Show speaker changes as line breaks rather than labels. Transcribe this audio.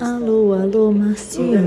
Alô, alô, Marcinho.